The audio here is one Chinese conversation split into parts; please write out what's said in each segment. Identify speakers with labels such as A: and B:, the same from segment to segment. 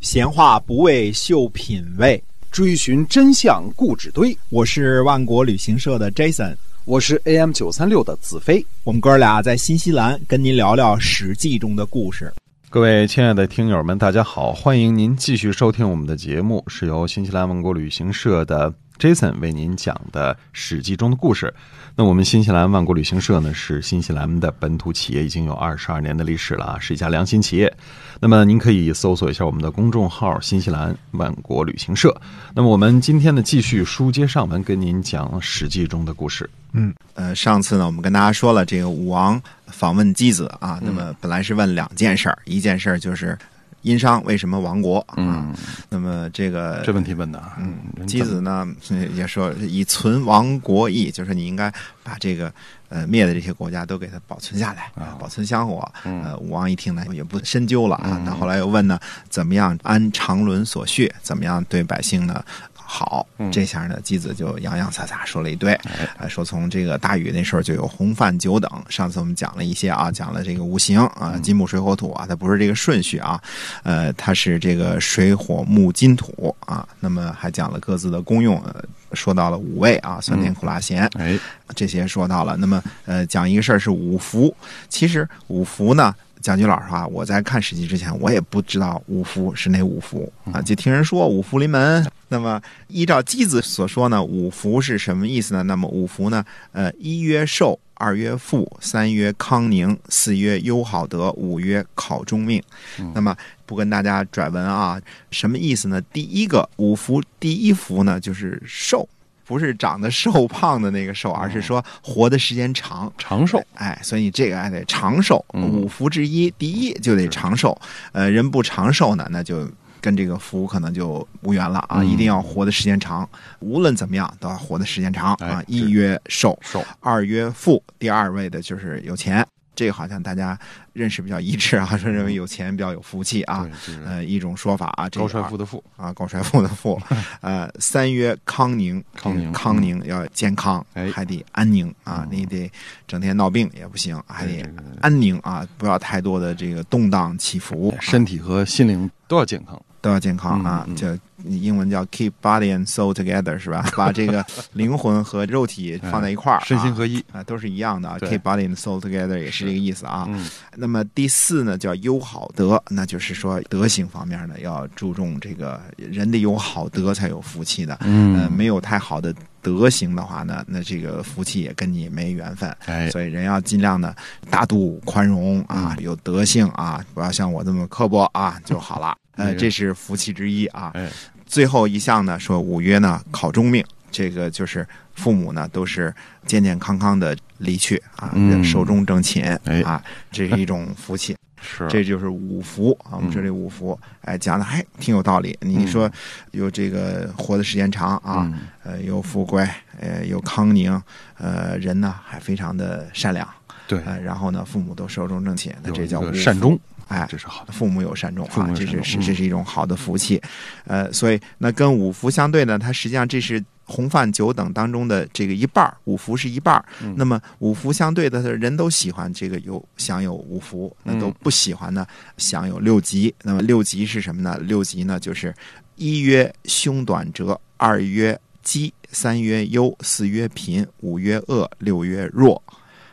A: 闲话不为秀品味，
B: 追寻真相故纸堆。
A: 我是万国旅行社的 Jason，
B: 我是 AM 九三六的子飞。
A: 我们哥俩在新西兰跟您聊聊《史记》中的故事。
C: 各位亲爱的听友们，大家好！欢迎您继续收听我们的节目，是由新西兰万国旅行社的 Jason 为您讲的《史记》中的故事。那我们新西兰万国旅行社呢，是新西兰的本土企业，已经有二十二年的历史了啊，是一家良心企业。那么您可以搜索一下我们的公众号“新西兰万国旅行社”。那么我们今天呢，继续书接上文，跟您讲《史记》中的故事。
A: 呃，上次呢，我们跟大家说了这个武王访问箕子啊，那么本来是问两件事儿，一件事儿就是殷商为什么亡国啊？那么这个
C: 这问题问的啊，嗯
A: 箕子呢 也说以存亡国义，就是你应该把这个呃灭的这些国家都给它保存下来，啊、保存香火。呃，武王一听呢也不深究了啊，那、后来又问呢，怎么样安常伦所恤，怎么样对百姓呢？好，这下呢，箕子就洋洋洒洒说了一堆，呃，说从这个大禹那时候就有洪范九等，上次我们讲了一些啊，讲了这个五行啊，金木水火土啊，它不是这个顺序啊，呃，它是这个水火木金土啊，那么还讲了各自的功用，呃、说到了五味啊，酸甜苦辣咸，啊
C: 哎，
A: 这些说到了。那么，呃，讲一个事儿是五福。其实五福呢，讲句老实话，我在看《史记》之前，我也不知道五福是哪五福啊，就听人说五福临门。那么，依照箕子所说呢，五福是什么意思呢？那么五福呢，呃，一曰寿，二曰富，三曰康宁，四曰优好德，五曰考中命。那么不跟大家拽文啊，什么意思呢？第一个五福，第一福呢就是寿。不是长得瘦胖的那个寿，而是说活的时间长。
C: 长寿，
A: 哎，所以你这个还得长寿，
C: 嗯
A: 五福之一，第一就得长寿。呃，人不长寿呢，那就跟这个福可能就无缘了
C: 嗯
A: 啊！一定要活的时间长，无论怎么样都要活的时间长啊
C: 哎！
A: 一曰寿，
C: 寿
A: 二曰富，第二位的就是有钱。这个好像大家认识比较一致啊，说认为有钱比较有福气啊
C: 对，，就是
A: 呃，一种说法啊，这
C: 高
A: 个
C: 帅
A: 二
C: 富的富，
A: 啊，高帅富的 富，呃，三曰康宁，
C: 康宁嗯
A: 康宁要健康，
C: 哎哦
A: 还得安宁啊，你得整天闹病也不行，还
C: 对
A: 得
C: 对对对
A: 安宁啊，不要太多的这个动荡起伏，啊
C: 身体和心灵都要健康。
A: 都要健康啊
C: 嗯嗯，
A: 叫英文叫 keep body and soul together 是吧？把这 个灵魂和肉体放在一块儿，
C: 哎身心
A: 啊
C: 合一。
A: 啊，都是一样的啊
C: 对
A: ，keep body and soul together 也是
C: 是
A: 这个意思啊。
C: 嗯，
A: 那么第四呢，叫优好德，那就是说德行方面呢，要注重这个人得有好德才有福气的。
C: 嗯
A: 呃，没有太好的德行的话呢，那这个福气也跟你没缘分。
C: 哎，嗯
A: 所以人要尽量的大度宽容啊，有德性啊，不要像我这么刻薄啊就好了。
C: 那
A: 呃，
C: 个
A: 这是福气之一啊。
C: 哎，
A: 最后一项呢，说五曰呢考中命，这个就是父母呢都是健健康康的离去啊，
C: 嗯
A: 寿终正寝
C: 哎
A: 啊，这是一种福气，
C: 是嗯
A: 这就是五福啊。我们说这五福，哎，讲的还挺有道理。你说有这个活的时间长啊，
C: 嗯
A: 呃，有富贵，呃，有康宁，呃，人呢还非常的善良，
C: 对，
A: 呃，然后呢父母都寿终正寝，那
C: 有
A: 这
C: 一
A: 叫
C: 个
A: 五
C: 善
A: 福
C: 终，
A: 哎，
C: 这是好的。
A: 父母有善终
C: 父
A: 啊
C: 母，有
A: 这
C: 善
A: 是
C: 终
A: 是
C: 嗯
A: 这是一种好的福气，呃，所以那跟五福相对呢，它实际上这是红饭九等当中的这个一半儿，五福是一半儿。那么五福相对的，人都喜欢这个有享有五福，那
C: 嗯
A: 都不喜欢呢享有六吉。那么六吉是什么呢？六吉呢就是一曰凶短折，二曰饥，三曰忧，四曰贫，五曰恶，六曰弱。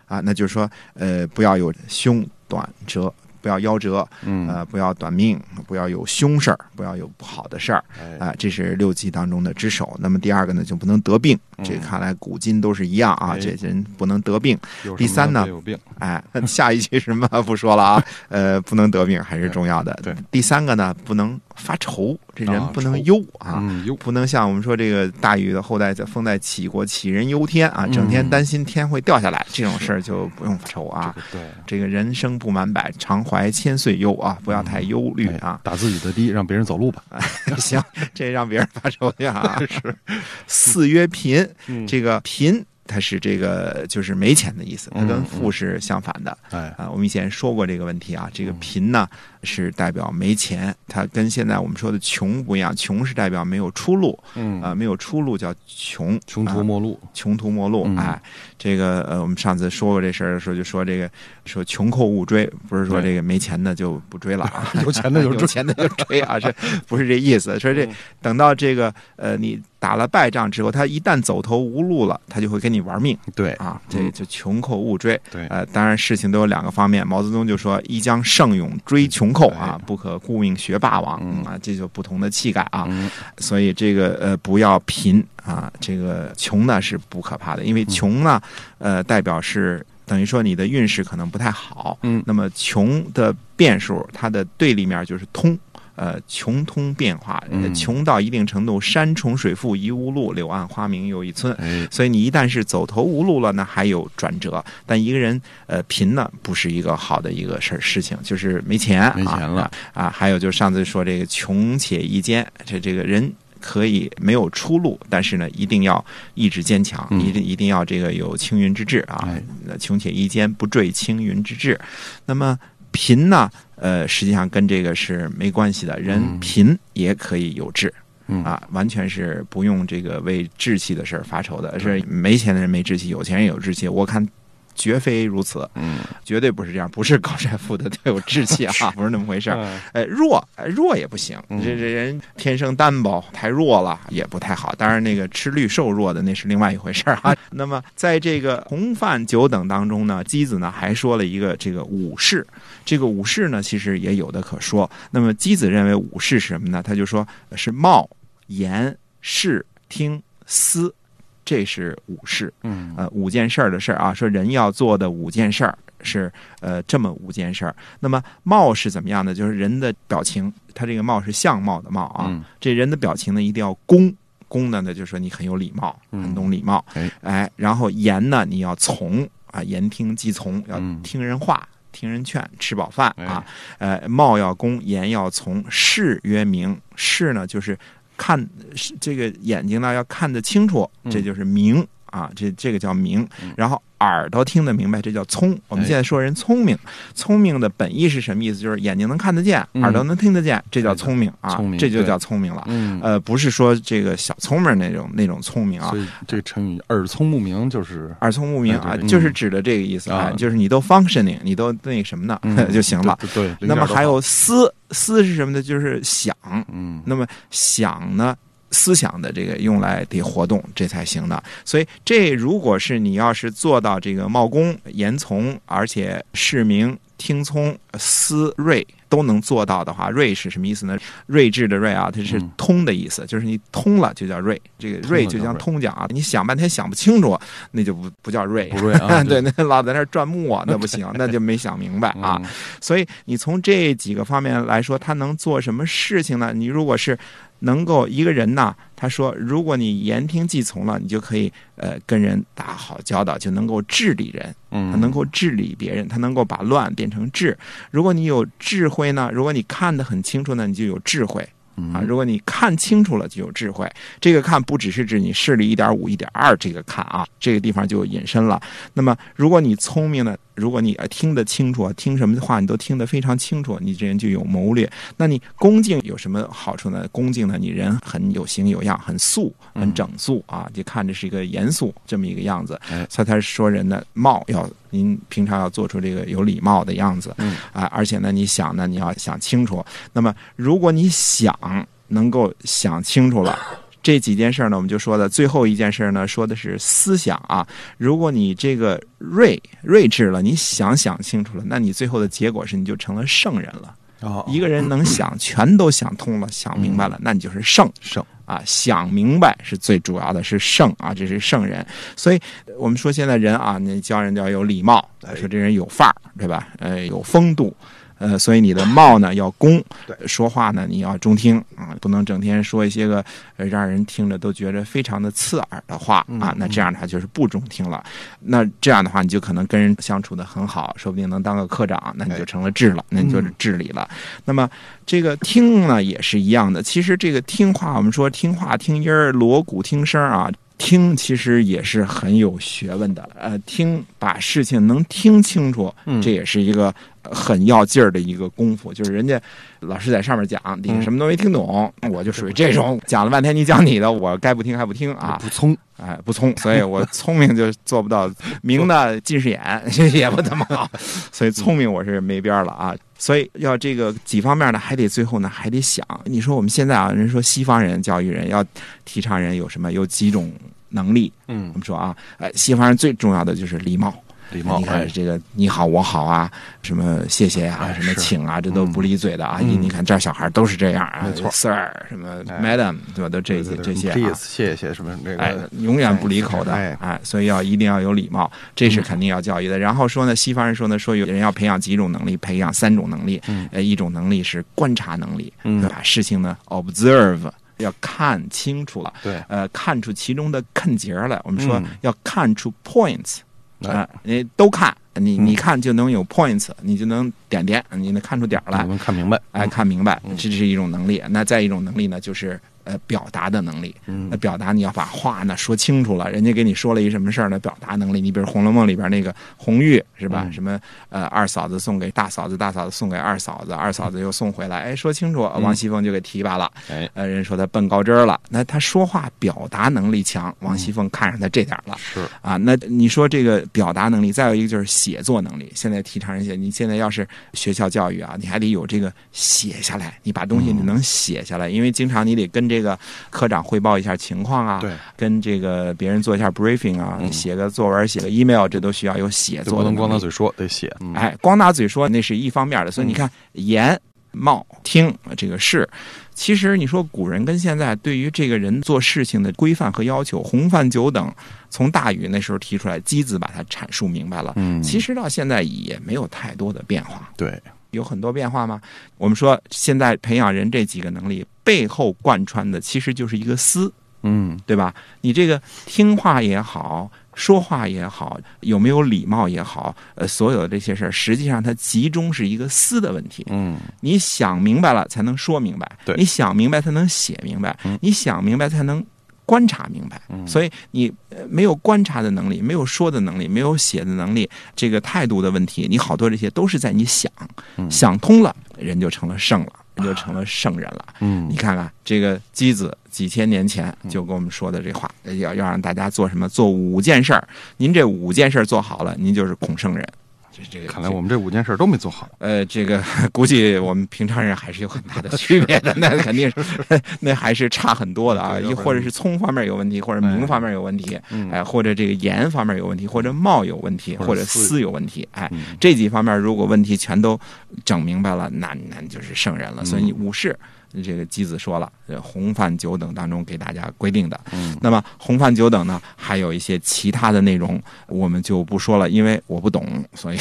A: 啊，那就是说，呃，不要有凶短折，不要夭折，
C: 嗯，
A: 呃，不要短命，不要有凶事儿，不要有不好的事儿
C: 哎，
A: 啊、这是六级当中的之首。那么第二个呢，就不能得病。这看来古今都是一样啊，
C: 嗯哎
A: 这人不能得病。
C: 有什么
A: 第三呢
C: 没有病，
A: 哎，下一句什么不说了啊？呃，不能得病还是重要的。
C: 对
A: 第三个呢，不能发愁，这人
C: 啊
A: 不能
C: 愁
A: 忧啊。
C: 嗯，有
A: 不能像我们说这个大禹的后代在封在杞国杞人忧天啊，整天
C: 嗯
A: 担心天会掉下来，这种事儿就不用愁啊。
C: 这个对。
A: 这个人生不满百，常怀千岁忧啊，不要太忧虑
C: 哎
A: 啊。
C: 打自己的的，让别人走路吧。
A: 行，这让别人发愁去 啊。是，四曰贫，
C: 嗯
A: 这个贫它是这个就是没钱的意思，它
C: 嗯
A: 跟
C: 嗯
A: 富是相反的
C: 哎，嗯
A: 啊。我们以前说过这个问题啊，这个贫呢，是代表没钱，它跟现在我们说的穷不一样，穷是代表没有出路，
C: 嗯
A: 啊、没有出路叫穷，
C: 穷途
A: 啊
C: 末路，
A: 穷途末路
C: 嗯，
A: 哎，这个呃，我们上次说过这事儿的时候，就说这个说穷寇勿追，不是说
C: 对
A: 这个没钱的就不追了啊，
C: 有 钱的有
A: 有
C: 追，
A: 钱的就追啊，这不是这意思。说这
C: 嗯
A: 等到这个呃，你打了败仗之后，他一旦走投无路了，他就会跟你玩命
C: 对
A: 啊，这
C: 嗯
A: 就穷寇勿追。
C: 对，
A: 呃，当然事情都有两个方面，毛泽东就说“一将胜勇追穷寇啊
C: 哎，
A: 不可顾命学霸王”
C: 嗯
A: 啊，这就不同的气概啊。
C: 嗯
A: 所以这个呃，不要贫啊，这个穷呢是不可怕的，
C: 嗯
A: 因为穷呢，呃，代表是等于说你的运势可能不太好。
C: 嗯
A: 那么穷的变数，它的对立面就是通。呃，穷通变化，呃
C: 嗯
A: 穷到一定程度，山重水复疑无路，柳暗花明又一村。
C: 哎，
A: 所以你一旦是走投无路了呢，还有转折。但一个人呃贫呢，不是一个好的一个事儿事情，就是没钱啊，
C: 没钱了
A: 啊。还有就是上次说这个穷且益坚，这这个人。可以没有出路，但是呢，一定要意志坚强，
C: 嗯
A: 一定一定要这个有青云之志啊！
C: 哎
A: 那穷且益坚，不坠青云之志。那么贫呢？呃，实际上跟这个是没关系的，
C: 嗯
A: 人贫也可以有志。
C: 嗯
A: 啊，完全是不用这个为志气的事儿发愁的，是没钱的人没志气，有钱人有志气。我看绝非如此，
C: 嗯，
A: 绝对不是这样，不是高帅富的 都有志气啊，不是那么回事儿。
C: 嗯
A: 呃，弱呃弱也不行，
C: 嗯
A: 这这人天生单薄，太弱了也不太好。当然，那个吃绿瘦弱的那是另外一回事儿啊。 那么，在这个红范九等当中呢，姬子呢还说了一个这个武士，这个武士呢其实也有的可说。那么姬子认为武士是什么呢？他就说呃是貌、言、视、听、思，这是武士。
C: 嗯
A: 呃五件事儿的事儿啊，说人要做的五件事儿是呃这么五件事儿。那么貌是怎么样的？就是人的表情，他这个貌是相貌的貌啊。
C: 嗯
A: 这人的表情呢，一定要恭。恭呢，那就是说你很有礼貌，
C: 嗯
A: 很懂礼貌。
C: 哎
A: 哎，然后言呢，你要从啊，言听计从，要
C: 嗯
A: 听人话，听人劝，吃饱饭
C: 哎
A: 啊。呃，貌要恭，言要从，视曰明。视呢，就是看是这个眼睛呢要看得清楚，
C: 嗯
A: 这就是明、啊，这这个叫明
C: 嗯。
A: 然后耳朵听得明白，这叫聪。我们
C: 哎
A: 现在说人聪明，聪明的本意是什么意思？就是眼睛能看得见，
C: 嗯
A: 耳朵能听得见，这叫
C: 对的
A: 聪明啊
C: 聪明，
A: 这就
C: 对
A: 叫聪明了。
C: 嗯，
A: 呃，不是说这个小聪明那种那种聪明啊
C: 所。以这个成语“耳聪目明”就是
A: 耳聪目明
C: 哎
A: 啊，
C: 对对
A: 就是
C: 嗯
A: 指的这个意思
C: 啊
A: 哎就是你都 functioning，你都那什么呢、
C: 嗯
A: 就行了。
C: 对对，对
A: 那么还，有思思是什么呢？就是想，
C: 零点儿都好嗯，
A: 那么想呢，思想的这个用来得活动，这才行的。所以这如果是你要是做到这个冒功、言从，而且视明、听聪、思睿。都能做到的话，睿是什么意思呢？睿智的睿啊，它是
C: 嗯
A: 通的意思，就是你通了就叫睿。这个睿就像通讲啊，你想半天想不清楚，那就不不叫睿。
C: 不对 啊，
A: 对，那老在那儿转木啊，那不 行，那就没想明白啊。
C: 嗯，
A: 所以你从这几个方面来说，他能做什么事情呢？你如果是能够一个人呐，他说，如果你言听计从了，你就可以呃跟人打好交道，就能够治理人，他
C: 嗯，
A: 能够治理别人，他能够把乱变成治。如果你有智慧呢，如果你看得很清楚呢，你就有智慧
C: 嗯
A: 啊。如果你看清楚了，就有智慧。这个看不只是指你视力一点五、一点二这个看啊，这个地方就有引申了。那么，如果你聪明呢，如果你呃听得清楚，听什么话你都听得非常清楚，你这人就有谋略。那你恭敬有什么好处呢？恭敬呢，你人很有形有样，很素，
C: 嗯
A: 很整肃啊，就看着是一个严肃这么一个样子
C: 哎。
A: 所以他说人的貌要，您平常要做出这个有礼貌的样子，
C: 嗯
A: 啊，而且呢，你想呢，你要想清楚。那么，如果你想能够想清楚了。这几件事儿呢，我们就说的最后一件事儿呢，说的是思想啊。如果你这个睿睿智了，你想想清楚了，那你最后的结果是你就成了圣人了。
C: 哦嗯
A: 一个人能想全都想通了，想明白了，那你就是圣
C: 圣，
A: 啊。想明白是最主要的，是圣啊，这是圣人。所以呃我们说现在人啊，你教人就要有礼貌，说这人有范儿，对吧？呃，有风度。呃，所以你的貌呢要公，说话呢你要中听啊、不能整天说一些个呃让人听着都觉得非常的刺耳的话啊。那这样的话就是不中听了。那这样的话，你就可能跟人相处的很好，说不定能当个科长，那你就成了智了，那你就是治理了。那么这个听呢也是一样的，其实这个听话，我们说听话、听音儿、锣鼓听声儿啊。听其实也是很有学问的，呃，听把事情能听清楚，
C: 嗯
A: 这也是一个很要劲儿的一个功夫，就是人家老师在上面讲，底下什么都没听懂，我就属于这种哦讲了半天你讲你的，我该不听还不听啊，
C: 不聪，
A: 哎，不聪，所以我聪明就做不到，明的近视眼 也不怎么好，所以聪明我是没边儿了啊。所以要这个几方面呢，还得最后呢还得想，你说我们现在啊，人说西方人教育人要提倡人有什么有几种能力，
C: 嗯
A: 我，们说啊，哎，西方人最重要的就是礼貌。
C: 礼貌
A: 你，看
C: 哎
A: 这个你好我好啊，什么谢谢呀、
C: 哎
A: 什么
C: 是
A: 请啊，这都
C: 嗯
A: 不离嘴的啊。
C: 嗯
A: 你你看这儿小孩都是这样啊
C: 没错
A: ，Sir 什么
C: 哎
A: Madam 对吧？都这些
C: 对对
A: 这
C: 对
A: 些啊
C: please，谢谢什么那
A: 哎
C: 个，，
A: 永远不离口的，
C: 哎嗯
A: 哎，所以要一定要有礼貌，这是肯定要教育的。然后说呢，西方人说呢，说有人要培养几种能力，培养三种能力，
C: 嗯
A: 呃，一种能力是观察能力，
C: 嗯
A: 对吧？事情呢，observe 要看清楚了，
C: 对，
A: 呃，看出其中的坑节儿来。我们说
C: 嗯
A: 要看出 points
C: 哎
A: 啊、你都看，你
C: 嗯
A: 你看就能有 points，你就能点点，你能看出点儿来
C: 我。们看明白，嗯
A: 哎，看明白，这是一种能力。那再一种能力呢，就是呃表达的能力。那
C: 嗯，
A: 表达你要把话呢说清楚了，人家给你说了一什么事儿呢？表达能力，你比如《红楼梦》里边那个红玉是吧？
C: 嗯
A: 什么呃二嫂子送给大嫂子，大嫂子送给二嫂子，二嫂子又送回来，哎，说清楚，
C: 嗯
A: 王熙凤就给提拔了。
C: 哎，
A: 呃，人说她奔高枝儿了，那她说话表达能力强，王熙凤看上她这点儿了。
C: 嗯是，
A: 啊，那你说这个表达能力，再有一个就是写作能力。现在提倡人写，你现在要是学校教育啊，你还得有这个写下来，你把东
C: 嗯
A: 西你能写下来，因为经常你得跟这个科长汇报一下情况啊，
C: 对，
A: 跟这个别人做一下 briefing 啊，
C: 嗯
A: 写个作文、写个 email，这都需要有写
C: 就
A: 作
C: 不
A: 的
C: 能
A: 能
C: 光拿
A: 力
C: 嘴说，得写，嗯，
A: 哎，光拿嘴说那是一方面的，所以你看言、貌、听这个是，其实你说古人跟现在对于这个人做事情的规范和要求，洪范九等从大禹那时候提出来，箕子把它阐述明白了。
C: 嗯，
A: 其实到现在也没有太多的变化，
C: 对，
A: 有很多变化吗？我们说现在培养人这几个能力背后贯穿的其实就是一个思，
C: 嗯，
A: 对吧？你这个听话也好，说话也好，有没有礼貌也好，呃，所有的这些事儿，实际上它集中是一个思的问题。
C: 嗯，
A: 你想明白了才能说明白，
C: 对
A: 你想明白才能写明白，
C: 嗯
A: 你想明白才能。观察明白，所以你呃没有观察的能力，没有说的能力，没有写的能力，这个态度的问题，你好多这些都是在你想，
C: 嗯
A: 想通了，人就成了圣了，人就成了圣人了。
C: 嗯
A: 你，看看这个箕子几千年前就跟我们说的这话，要要让大家做什么？做五件事儿。您这五件事儿做好了，您就是孔圣人。这这个
C: 看来我们这五件事儿都没做好，
A: 呃，这个 估计我们平常人还是有很大的区别 的，那肯定是那还是差很多的啊。
C: 对要不
A: 一
C: 然
A: 或者是聪方面有问题，或者明方面有问题，
C: 嗯
A: 哎，或者这个言方面有问题，或者貌有问题，
C: 或者
A: 或者
C: 思
A: 思有问题，哎，
C: 嗯
A: 这几方面如果问题全都整明白了，那那就是圣人了。所以你武士，这个箕子说了，呃这洪范九等当中给大家规定的。
C: 嗯
A: 那么洪范九等呢，还有一些其他的内容，我们就不说了，因为我不懂，所以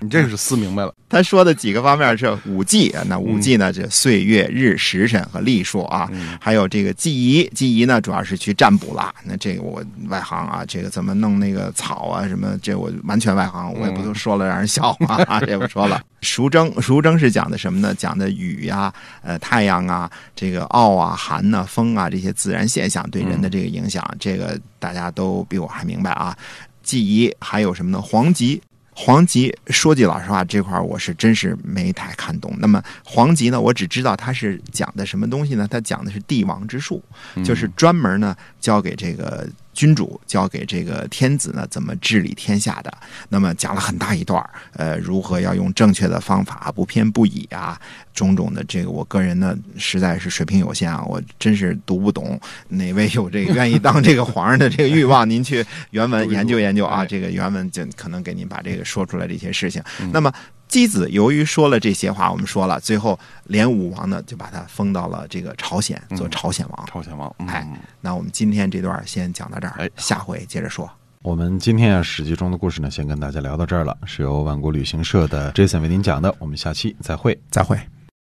C: 你这是思明白了，
A: 他说的几个方面是五季啊，那五季呢，这岁月、日、时辰和历数啊，
C: 嗯
A: 还有这个祭仪，祭仪呢主要是去占卜啦。那这个我外行啊，这个怎么弄那个草啊什么，这我完全外行，我也不都说了让人笑话、啊， 这不说了。熟蒸，熟蒸是讲的什么呢？讲的雨呀、呃太阳啊、这个奥啊、寒呐、风啊这些自然现象对人的这个影响，这个大家都比我还明白啊。祭仪还有什么呢？黄吉。黄吉，说句老实话，这块儿我是真是没太看懂。那么黄吉呢，我只知道他是讲的什么东西呢？他讲的是帝王之术，
C: 嗯
A: 就是专门呢教给这个君主、教给这个天子呢怎么治理天下的。那么讲了很大一段儿，呃，如何要用正确的方法，不偏不倚啊，种种的这个，我个人呢实在是水平有限啊，我真是读不懂。哪位有这个愿意当这个皇上的这个欲望，您去原文研究研究啊，
C: 哎
A: 这个原文就可能给您把这个说出来这些事情。那么。箕子由于说了这些话，我们说了，最后连武王呢就把他封到了这个朝鲜，做朝鲜王。
C: 朝鲜王，
A: 哎
C: 嗯。
A: 那我们今天这段先讲到这儿
C: 哎，
A: 下回接着说。
C: 我们今天啊《史记》中的故事呢，先跟大家聊到这儿了，是由万国旅行社的 Jason 为您讲的，我们下期再会。
A: 再会。